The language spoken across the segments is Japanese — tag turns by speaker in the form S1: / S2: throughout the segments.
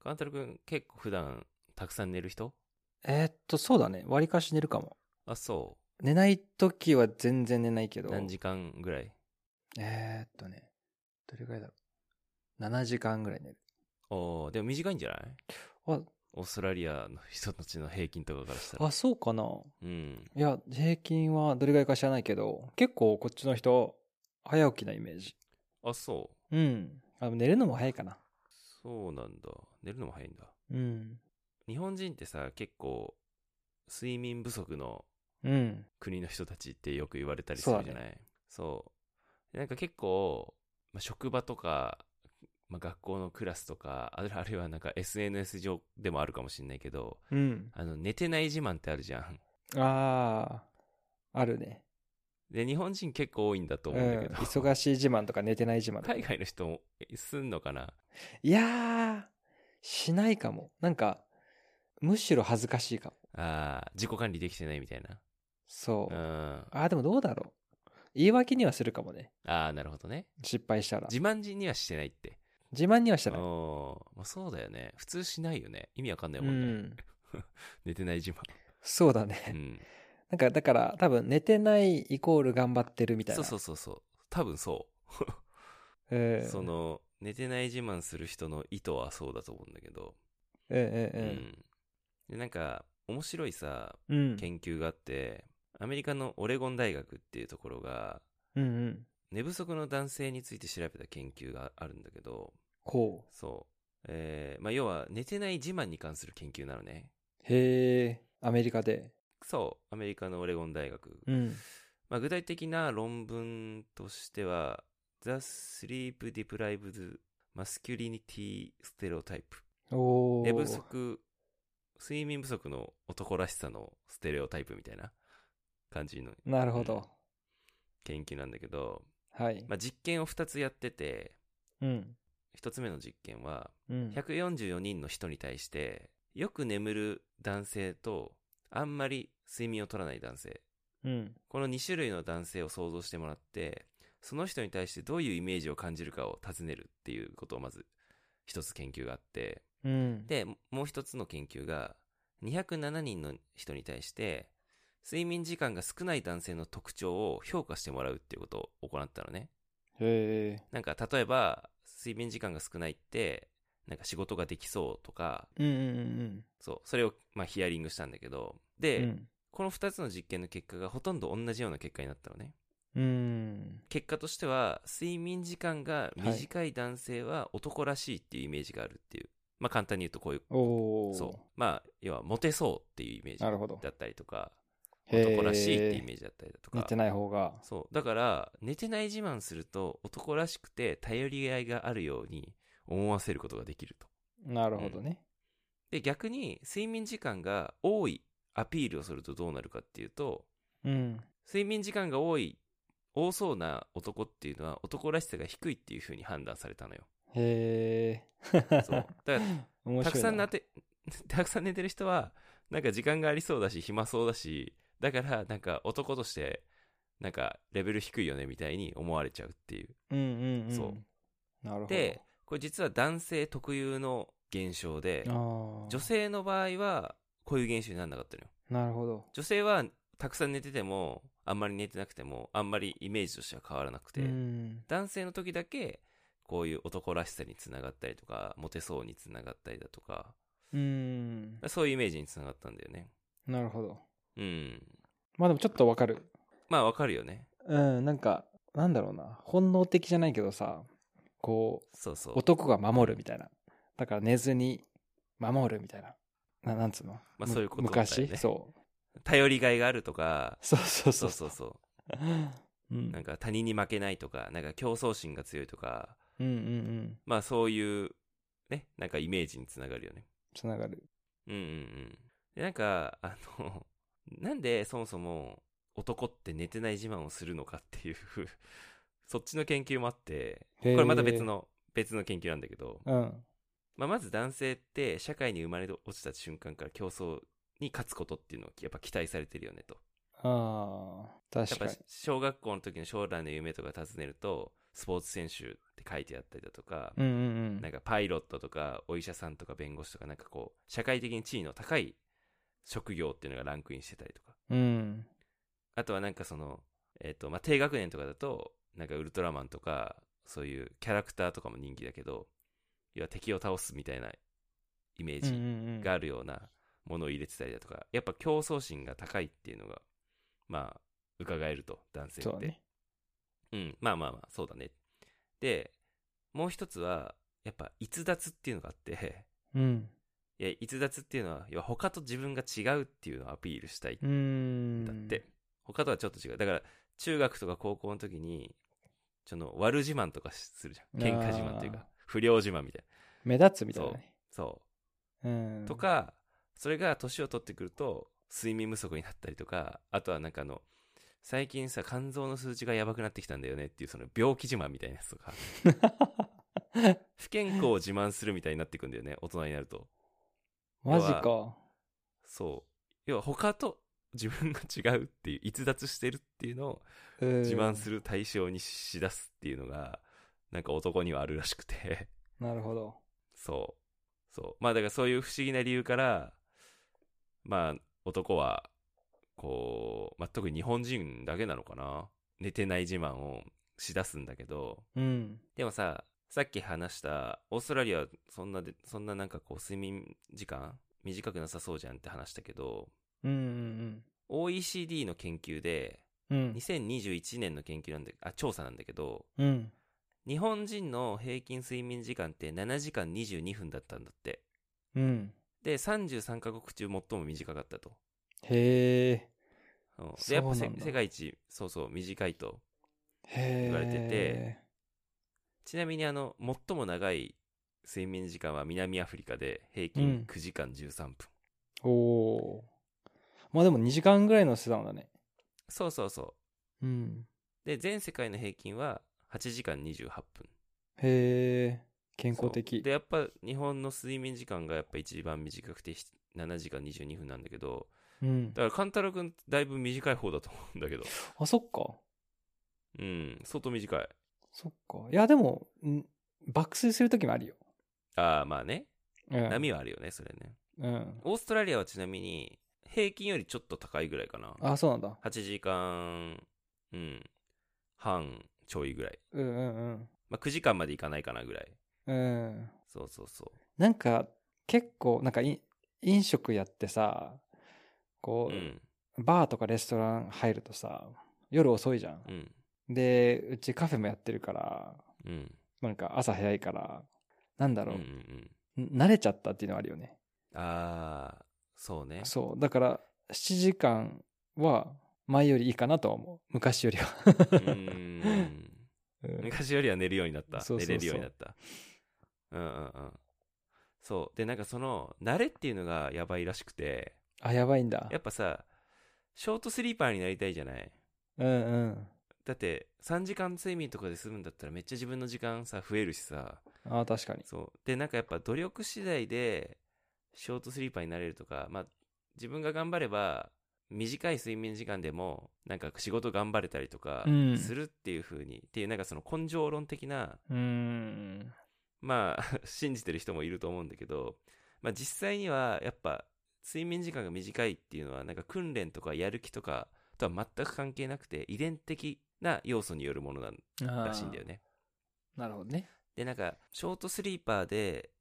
S1: カンタル君結構普段たくさん寝る人
S2: えーっと、そうだね。割りかし寝るかも。
S1: あ、そ
S2: 寝ない時は全然寝ないけ
S1: う。
S2: ど。
S1: 何時間ぐらい
S2: えーっとね。どれぐらいだろう。7時間ぐらい寝る。
S1: おーでも短いんじゃない
S2: あ、
S1: オーストラリアの人たちの平均とかからしたら。
S2: あそうかな。
S1: うん。
S2: いや、平均はどれぐらいか知らないけど、結構こっちの人、早起きなイメージ。
S1: あ、そう。
S2: うん。あ寝るのも早いかな。
S1: そうなんだ。寝るのも早いんだ。
S2: うん。
S1: 日本人ってさ、結構、睡眠不足の
S2: うん。
S1: 国の人たちってよく言われたりするじゃないそう。なんか結構、まあ、職場とか、まあ、学校のクラスとか、あるあるいはなんか SNS 上でもあるかもしれないけど、
S2: うん。
S1: あの、寝てない自慢ってあるじゃん。
S2: ああ、あるね。
S1: で、日本人結構多いんだと
S2: うん
S1: 思うんだけど。
S2: 忙しい自慢とか寝てない自慢とか
S1: 海外の人もえすんのかない
S2: やー、しないかも。なんか、むしろ恥ずかしいかも。
S1: ああ、自己管理できてないみたいな。
S2: そうう。
S1: ん。あ
S2: あー、でもどうだろう。言い訳にはするかもね。
S1: あ、なるほどね。
S2: 失敗したら。
S1: 自慢人にはしてないって。
S2: 自慢にはした
S1: お
S2: ら。
S1: おー、まあ、そうだよね。普通しないよね。意味わかんないうもんね。
S2: ん。
S1: 寝てない 自慢。
S2: そうだ
S1: う
S2: ね。
S1: ん。
S2: なんか、だから、多分、寝てないイコール頑張ってるみたい
S1: そ
S2: な。。
S1: うそうそうそう。多分そうう。
S2: ん。
S1: その、寝てない自慢する人の意図はそうだと思うんだけど。
S2: うんう
S1: うんん。で、なんか、面白いさ、
S2: うん。うん。
S1: 研究があって、アメリカのオレゴン大学っていうところが、
S2: うんうん。
S1: 寝不足の男性について調べた研究があるんだけど、
S2: こ
S1: そう。えーまあ、要は寝てない自慢に関する研究なのね。
S2: う。へえ、アメリカで。
S1: そう、アメリカのオレゴン大学。
S2: うん。
S1: まあ、具体的な論文としては、The Sleep Deprived Masculinity Stereotype。
S2: おー。
S1: 寝不足、睡眠不足の男らしさのステレオタイプみたいな感じの
S2: なるほど。
S1: 研究なんだけど、
S2: はい。
S1: まあ、実験を2つやってて、
S2: うん。
S1: 1つ目の実験は、
S2: うん。
S1: 144人の人に対して、よく眠る男性と、あんまり睡眠を取らない男性。
S2: うん。
S1: この2種類の男性を想像してもらって、その人に対してどういうイメージを感じるかを尋ねるっていうことをまず一つ研究があって、
S2: うん。
S1: で、もう一つの研究が、207人の人に対して、睡眠時間が少ない男性の特徴を評価してもらうっていうことを行ったのね。
S2: へえ。
S1: なんか例えば、睡眠時間が少ないって、なんか仕事ができそうとか、
S2: うんうんうん
S1: そう、それを、まあ、ヒアリングしたんだけど、
S2: う
S1: で、
S2: ん。
S1: この2つの実験の結果がほとんど同じような結果になったのね。
S2: うん。うん。
S1: 結果としては、睡眠時間が短い男性は男らしいっていうイメージがあるっていう。まあ簡単に言うとこういう、
S2: おー。
S1: そう。まあ、要はモテそうっていうイメージ
S2: なるほど
S1: だったりとか、
S2: へー
S1: 男らしいっていうイメージだったりだとか。
S2: 寝てない方が。
S1: そう。だから、寝てない自慢すると男らしくて頼り合いがあるように思わせることができると。
S2: なるほどね。
S1: で、逆に睡眠時間が多いアピールをするとどうなるかっていうと、
S2: うん。
S1: 睡眠時間が多い、多そうな男っていうのは男らしさが低いっていう風に判断されたのよ。
S2: へ
S1: そう。だ
S2: え。
S1: から、
S2: 面白い。
S1: たくさんなって、 たくさん寝てる人は、なんか時間がありそうだし、暇そうだし、だから、なんか男として、なんかレベル低いよねみたいに思われちゃうっていう。
S2: うんうんうん。
S1: そう。
S2: なるほど。
S1: で、これ実は男性特有の現象で
S2: あ、ー
S1: 女性の場合は、こういう現象にならなかったのよ。
S2: なるほど。
S1: 女性は、たくさん寝てても、あんまり寝てなくても、あんまりイメージとしては変わらなくて、
S2: うん。
S1: 男性の時だけこういう男らしさにつながったりとかモテそうにつながったりだとか
S2: うん。
S1: そういうイメージにつながったんだよね
S2: なるほど。
S1: うん
S2: まあでもちょっとわかる。
S1: まあわかるよね
S2: うん、なんか、なんだろうな。本能的じゃないけどさ、こ
S1: そうそう
S2: う、男が守るみたいな。だから寝ずに守るみたいな。ななんつうの
S1: まあ
S2: む
S1: そういうことだよね
S2: 昔そう。
S1: 頼りがいがあるとか
S2: そうそう
S1: そ
S2: そうう
S1: そうそ
S2: う。
S1: う
S2: うん
S1: なんか他人に負けないとかなんか競争心が強いとか
S2: うんうんうん。
S1: まあそういうねなんかイメージにつながるよね
S2: つながる。
S1: うんうんうんでなんかあのなんでそもそも男って寝てない自慢をするのかっていう そっちの研究もあって
S2: こ
S1: これまた別。の、別の研究なんだけど、
S2: うん。
S1: まあ、まず男性って社会に生まれ落ちた瞬間から競争に勝つことっていうのをやっぱ期待されてるよねと。
S2: ああ、
S1: やっ
S2: 確か
S1: ぱ
S2: に。
S1: 小学校の時の将来の夢とか尋ねると、スポーツ選手って書いてあったりだとか、
S2: うんうんう
S1: なん
S2: ん。
S1: かパイロットとかお医者さんとか弁護士とかなんかこう、社会的に地位の高い職業っていうのがランクインしてたりとか、
S2: うん。
S1: あとはなんかその、えっ、と、まあ、低学年とかだと、なんかウルトラマンとか、そういうキャラクターとかも人気だけど、要は敵を倒すみたいなイメー
S2: うんう
S1: ジ
S2: んうん
S1: があるようなものを入れてたりだとか、やっぱ競争心が高いっていうのが、まあ、伺えると、男性
S2: そう
S1: っ
S2: だ
S1: て。
S2: ね。
S1: うん、まあまあまあ、そうだね。で、もう一つは、やっぱ逸脱っていうのがあって、
S2: うん。
S1: いや、逸脱っていうのは、要は他と自分が違うっていうのをアピールしたい。
S2: うーん。
S1: だって。他とはちょっと違う。だから、中学とか高校の時に、その、悪自慢とかするじゃん。喧嘩自慢という
S2: あー
S1: か、不良自慢みたいな。
S2: 目立つみたいなね。
S1: そ
S2: うん
S1: う。。と、か、それが年を取ってくると、睡眠不足になったりとか、あとはなんかあの、最近さ、肝臓の数値がやばくなってきたんだよねっていう、その病気自慢みたいなやつとか、 不健康を自慢するみたいになってくんだよね、大人になると。
S2: マジか。
S1: そう。要は他と自分が違うっていう、逸脱してるっていうのを自
S2: 自
S1: 慢する対象にしだすっていうのが、なんか男にはあるらしくて、
S2: なるほど。
S1: そう。そう。まあだからそういう不思議な理由から、まあ男は、こう、まあ特に日本人だけなのかな。寝てない自慢をしだすんだけど、
S2: うん。
S1: でもさ、さっき話した、オーストラリアはそんなで、そんななんかこう睡眠時間短くなさそうじゃんって話したけど、
S2: うんうん
S1: OECD の研究で、
S2: うん。うん。
S1: 2021年の研究なんだ、あ、調査なんだけど、
S2: うん。
S1: 日本人の平均睡眠時間って7時間22分だったんだって。
S2: うん。
S1: で、33カ国中最も短かったと。
S2: へえ。
S1: うん
S2: そ
S1: で、や
S2: うな
S1: っ
S2: ん
S1: ぱ
S2: だ
S1: せ世界一、そうそう、短いと。
S2: へえ。
S1: 言われてて。ちなみにあの、最も長い睡眠時間は南アフリカで平
S2: うん
S1: 均9時間13分。
S2: おお。まあでも2時間ぐらいのしてたんだね。
S1: そうそうそ
S2: うん。
S1: う。で、全世界の平均は8時間28分。
S2: へえ。健康
S1: そう
S2: 的
S1: で。やっぱ日本の睡眠時間がやっぱ一番短くてひ7時間22分なんだけど
S2: うん
S1: だ。から勘太郎君だいぶ短い方だと思うんだけど
S2: あ、そっか。
S1: うん相当短い
S2: そっか。いや、でも、ん爆睡するときもあるよ。
S1: ああまあね
S2: うん。
S1: 波はあるよねそれね
S2: うん。
S1: オーストラリアはちなみに平均よりちょっと高いぐらいかな
S2: あ、そうなんだ。
S1: 8時間うん半ちょいぐらい、
S2: うんうん
S1: まあ、9時間までいかないかなぐらい
S2: うん。うん。
S1: そうそうそう
S2: なんか、結構、なんかい、飲食やってさ、こ
S1: う
S2: う、
S1: ん
S2: バーとかレストラン入るとさ、夜遅いじゃん
S1: う。ん
S2: で、うちカフェもやってるから、
S1: うん
S2: なんか朝早いから、なんだ
S1: うんう
S2: ろ
S1: んう
S2: う、
S1: ん
S2: 慣れちゃったっていうのはあるよね。
S1: ああそうね
S2: そう。だから、7時間は前よりいいかなとは思う。昔よりは。
S1: う ーん
S2: うん
S1: 昔よりは寝るようになった
S2: そうそうそう
S1: 寝れるようになったうんうんうんそうでなんかその慣れっていうのがやばいらしくて
S2: あ、やばいんだ
S1: や。っぱさショートスリーパーになりたいじゃない
S2: うんうん。
S1: だって3時間睡眠とかで済むんだったらめっちゃ自分の時間さ増えるしさ
S2: あー確かに。
S1: そうでなんかやっぱ努力次第でショートスリーパーになれるとかまあ自分が頑張れば短い睡眠時間でもなんか仕事頑張れたりとか
S2: うん
S1: するっていう風に、っていうなんかその根性論的な
S2: うーん。
S1: まあ、信じてる人もいると思うんだけど、まあ実際にはやっぱ睡眠時間が短いっていうのはなんか訓練とかやる気とかとは全く関係なくて遺伝的な要素によるものなんら
S2: ら
S1: しいんだよ。ね。
S2: なるほどね。
S1: で、なんかショートスリーパーで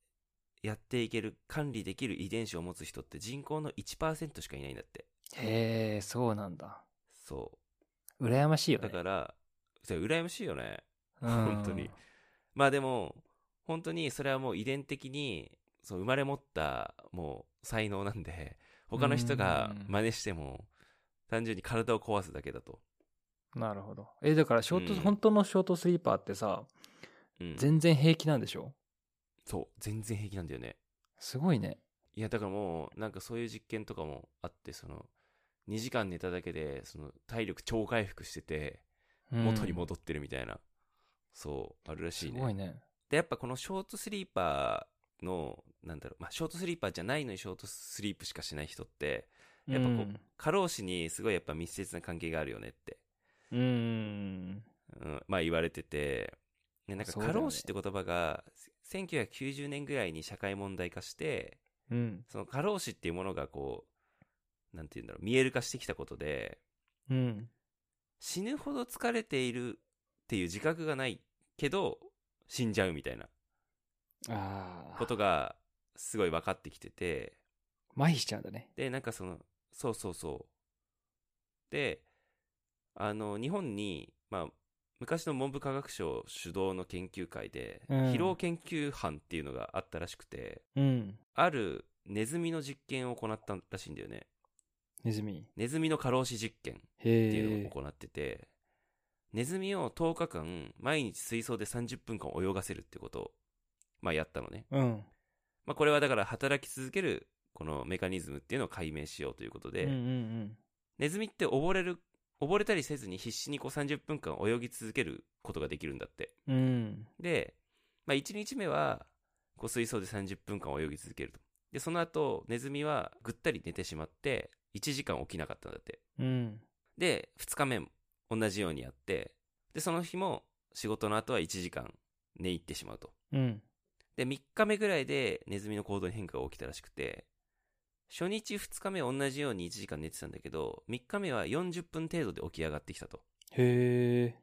S1: やっていける管理できる遺伝子を持つ人って人口の1%しかいないんだって。
S2: へえ、そうなんだ。
S1: そ
S2: 羨ましいよ
S1: う。だ
S2: ね。
S1: から、それ羨ましいよね。
S2: うん
S1: 本当に。まあでも、本当にそれはもう遺伝的に、そう生まれ持ったもう才能なん で、他の人が真似しても、単純に体を壊すだけだと。
S2: なるほど。え、だからショート、
S1: うん
S2: 本当のショートスリーパーってさ、
S1: うん、
S2: 全然平気なんでしょ
S1: そう、全然平気なんだよね。
S2: すごいね。
S1: いや、だからもう、なんかそういう実験とかもあって、その、2時間寝ただけで、その、体力超回復してて、
S2: うん
S1: 元に戻ってるみたいな、そう、あるらしい
S2: す
S1: ね。
S2: ごいね。
S1: でやっぱこのショートスリーパーのなんだろう、まあ、ショートスリーパーじゃないのにショートスリープしかしない人ってやっぱこう、
S2: うん
S1: 過労死にすごいやっぱ密接な関係があるよねって、
S2: うん。
S1: うん、まあ言われてて、でなんか
S2: そうだ
S1: 過
S2: よね
S1: 労死って言葉が、1990年ぐらいに社会問題化して、
S2: うん。
S1: その過労死っていうものがこう、なんて言うんだろう、見える化してきたことで、
S2: うん。
S1: 死ぬほど疲れているっていう自覚がないけど、死んじゃうみたいな
S2: あ
S1: こ
S2: あ。
S1: とが、すごい分かってきてて、
S2: 麻痺しちゃうんだね。
S1: で、なんかその、そうそうそう。で、あの、日本に、まあ、昔の文部科学省主導の研究会で、
S2: うん
S1: 疲労研究班っていうのがあったらしくて、
S2: うん。
S1: あるネズミの実験を行ったらしいんだよね。
S2: ネズミ。
S1: ネズミの過労死実験っていう
S2: へ
S1: の
S2: え
S1: を。行ってて、ネズミを10日間毎日水槽で30分間泳がせるってことを、まあ、やったのね。
S2: うん。
S1: まあ、これはだから働き続けるこのメカニズムっていうのを解明しようということで、
S2: うんうん
S1: ネズミって溺れる溺れたりせずに必死にこう30分間泳ぎ続けることができるんだって
S2: うん。うん。
S1: で、まあ、1日目はこう水槽で30分間泳ぎ続けるとでその後ネズミはぐったり寝てしまって1時間起きなかったんだって
S2: うん。
S1: で2日目も同じようにやってでその日も仕事の後は1時間寝入ってしまうと
S2: うん。
S1: で3日目ぐらいでネズミの行動に変化が起きたらしくて初日2日目同じように1時間寝てたんだけど3日目は40分程度で起き上がってきたと
S2: へえ。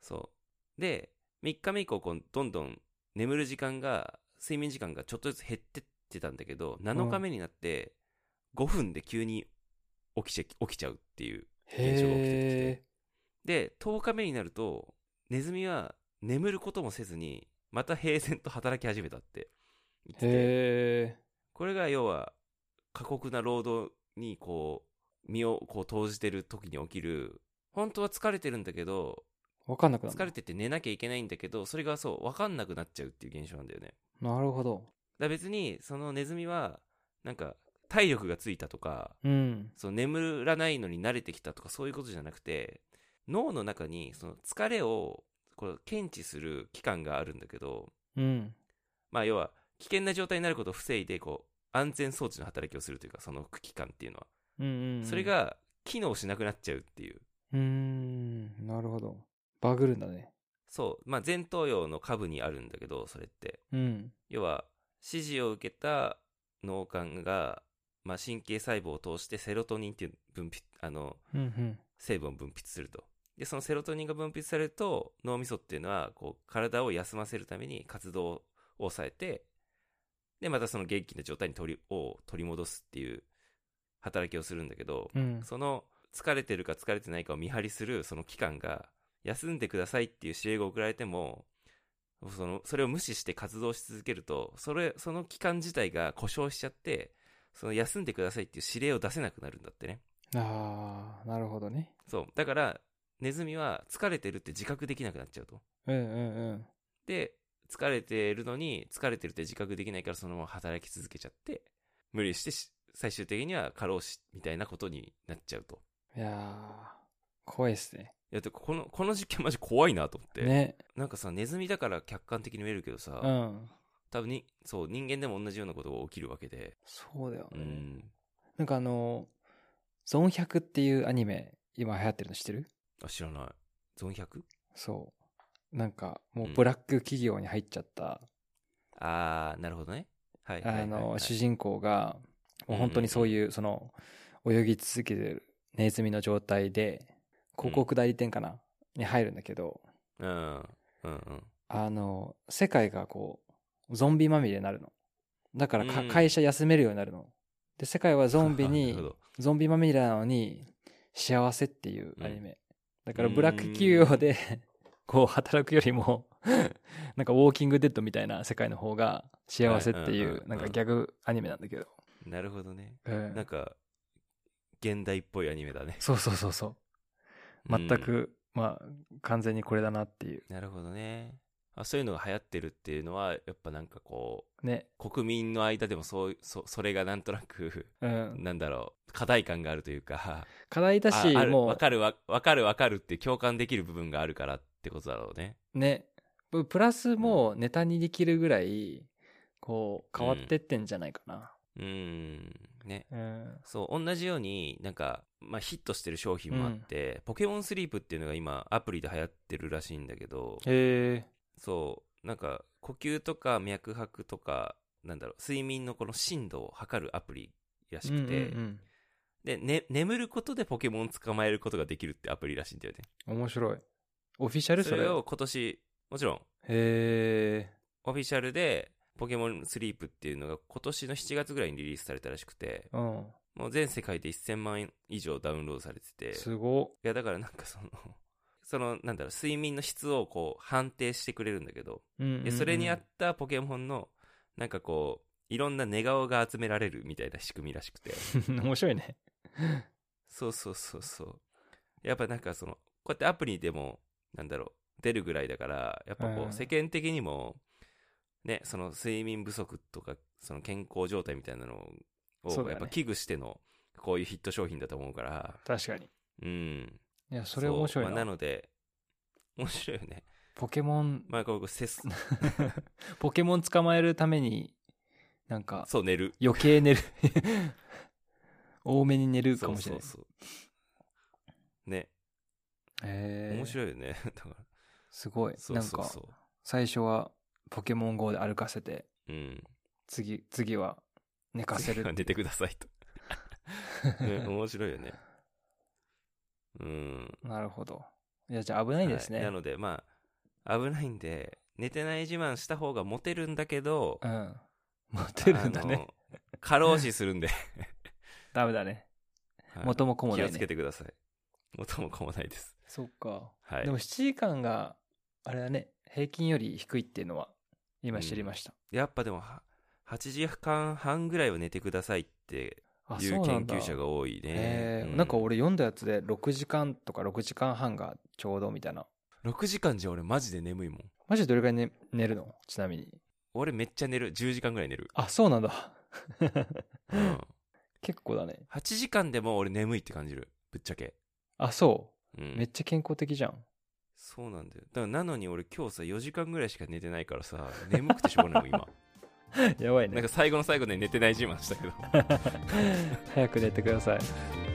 S1: そうで3日目以降こうどんどん眠る時間が睡眠時間がちょっとずつ減ってってたんだけど7日目になって5分で急に起きちゃ起きちゃうっていう現象が起きてきて
S2: へ
S1: で10日目になるとネズミは眠ることもせずにまた平然と働き始めたって言っ
S2: え。
S1: てて
S2: へ
S1: これが要は過酷な労働にこう身をこう投じてる時に起きる本当は疲れてるんだけど
S2: ーわかんなくなる。
S1: 疲れてて寝なきゃいけないんだけどそれがそう分かんなくなっちゃうっていう現象なんだよねだか
S2: なるほど。
S1: ら別にそのネズミはなんか体力がついたとか
S2: うん。
S1: その眠らないのに慣れてきたとかそういうことじゃなくて脳の中にその疲れをこう検知する器官があるんだけど
S2: うん。
S1: まあ要は危険な状態になることを防いでこう安全装置の働きをするというかその器官っていうのは
S2: うんうんうん。
S1: それ。が機能しなくなっちゃうっていう
S2: うーん。なるほど。バグるんだね。
S1: そうまあ前頭葉の下部にあるんだけどそれって
S2: うん。
S1: 要は指示を受けた脳幹が、まあ、神経細胞を通してセロトニンっていう分泌あの
S2: うんうん。
S1: 成分を分泌すると。で、そのセロトニンが分泌されると、脳みそっていうのは、こう、体を休ませるために活動を抑えて、で、またその元気な状態に取り、を取り戻すっていう働きをするんだけど、
S2: うん。
S1: その疲れてるか疲れてないかを見張りするその期間が、休んでくださいっていう指令が送られても、その、それを無視して活動し続けると、それ、その期間自体が故障しちゃって、その休んでくださいっていう指令を出せなくなるんだってね。
S2: ああ、なるほどね。
S1: そう。だから、ネズミは疲れてるって自覚できなくなっちゃうと。
S2: うんうん
S1: で、疲れてるのに、疲れてるって自覚できないからそのまま働き続けちゃって、無理してし最終的には過労死みたいなことになっちゃうと。
S2: うん。いやー、怖いっすね。
S1: いや、てかこの、この実験マジ怖いなと思って。
S2: ね。
S1: なんかさ、ネズミだから客観的に見えるけどさ、
S2: うん。
S1: 多分に、そう、人間でも同じようなことが起きるわけで。
S2: そうだよ
S1: う
S2: ね。
S1: ん。
S2: なんかあの、ゾン100っていうアニメ、今流行ってるの知ってる
S1: あ、知らない。ゾン 100?
S2: そう。なんか、もううんブラック企業に入っちゃった、
S1: あー、なるほどね。はい。はい
S2: あ
S1: はいは
S2: の、
S1: い
S2: 主人公が、もう本当にそういう、その、泳ぎ続けてるネズミの状態で、広告代理店かなに入るんだけど、
S1: うん。うんうん。
S2: あの、世界がこう、ゾンビまみれになるの。だからか
S1: うん
S2: 会社休めるようになるの。で、世界はゾンビ
S1: なる
S2: に
S1: ほ、ど
S2: ゾンビまみれなのに、幸せっていうアニメ。だから、
S1: うん
S2: ブラック企業で、 こう、働くよりも、なんか、ウォーキングデッドみたいな世界の方が幸せってい
S1: はいうんうん
S2: う
S1: う、ん
S2: なんかギャグアニメなんだけど。
S1: なるほどね。
S2: うん
S1: なんか、現代っぽいアニメだね。
S2: そうそうそうそう。 全
S1: うん
S2: く、まあ、完全にこれだなっていう。
S1: なるほどねあ。そういうのが流行ってるっていうのは、やっぱなんかこ
S2: ね。
S1: う、国民の間でもそう、そそれがなんとなく、
S2: うん。
S1: なんだろう、課題感があるというか、
S2: 課題だし、
S1: あある
S2: もう
S1: わ、かるわ、わかるわかるって共感できる部分があるからってことだろうね。
S2: ねププラスもうネタにできるぐらいこう変わってってんじゃないかな、
S1: うーん。ね。
S2: うん。
S1: そう、同じように、なんか、まあ、ヒットしてる商品もあって、ポケモンスリープっていうのが今、アプリで流行ってるらしいんだけど、
S2: へえ。
S1: そう、なんか、呼吸とか脈拍とか、なんだろう、睡眠のこの深度を測るアプリらしくて、
S2: うん
S1: で、ね、眠ることでポケモン捕まえることができるってアプリらしいんだよね。
S2: うんうん。面白い。オフィシャル
S1: そ
S2: そ
S1: れ
S2: れ。
S1: を今年、もちろん、
S2: へえ。
S1: オフィシャルで、ポケモンスリープっていうのが今年の7月ぐらいにリリースされたらしくて、
S2: うん。
S1: もう全世界で1000万以上ダウンロードされてて、
S2: すご
S1: いや、だからなんかその、その、なんだろう、睡眠の質をこう、判定してくれるんだけど、
S2: っ。うんうんう
S1: で
S2: ん
S1: それに合っ。たポケモンの、なんかこう、いろんな寝顔が集められるみたいな仕組みらしくて。
S2: 面白いね。
S1: そうそうそうそう。やっぱなんかその、こうやってアプリでも、なんだろう、出るぐらいだから、やっぱこ
S2: うん
S1: う、世間的にも、ね、その睡眠不足とか、その健康状態みたいなの
S2: そう
S1: を、
S2: だね
S1: やっぱ危惧しての、こういうヒット商品だと思うから、
S2: 確かに。
S1: うん。
S2: いや、それ面白い
S1: そうま
S2: な。
S1: あなので、面白いよね。
S2: ポケモン、
S1: まあ、こう、せす、
S2: ポケモン捕まえるために、なんか、
S1: そう、寝る。
S2: 余計寝る。多めに寝るかもしれない。
S1: そうそうそう。ね、
S2: へえ
S1: 面白いよね。 だから、
S2: すごい。
S1: そうそう
S2: なんか、
S1: そ
S2: 最初はポケモン GO で歩かせて、
S1: う。うん。
S2: 次、次は寝かせ
S1: 次は
S2: る。
S1: 寝てくださいと。 ね、面白いよね。うん。
S2: なるほど。いや、じゃあ危ないですね。
S1: はいなので、まあ、危ないんで、寝てない自慢した方がモテるんだけど、
S2: うん。モテるんだ
S1: あ
S2: ね。
S1: の。過労死するん で。
S2: ダメだね。
S1: はい
S2: 元も子もな
S1: 気
S2: い
S1: を
S2: ね。
S1: つけてください。元も子もないです。
S2: そっか。
S1: はい。
S2: でも7時間が、あれだね、平均より低いっていうのは、今知りました。
S1: やっぱでもは8時間半ぐらいは寝てくださいって
S2: あ、
S1: い
S2: そううな
S1: 研
S2: んだ。
S1: 究者が多いね
S2: へー
S1: う
S2: なんか俺読んだやつで6時間とか6時間半がちょうどみたいな。
S1: 6時間じゃ俺マジで眠いもん
S2: マジでどれぐらい、ね、寝るのちなみに。
S1: 俺めっちゃ寝る10時間ぐらい寝る、
S2: あ、そうなん だ。
S1: うん、
S2: 結構だね。
S1: 8時間でも俺眠いって感じるぶっちゃけ、
S2: あ、そうう。
S1: ん、
S2: めっちゃ健康的じゃん。
S1: そうなんだよだからなのに俺今日さ4時間ぐらいしか寝てないからさ眠くてしょうがない もん今
S2: やばい
S1: なん
S2: ね
S1: か。最後の最後で寝てない自慢したけど
S2: 早く寝てください。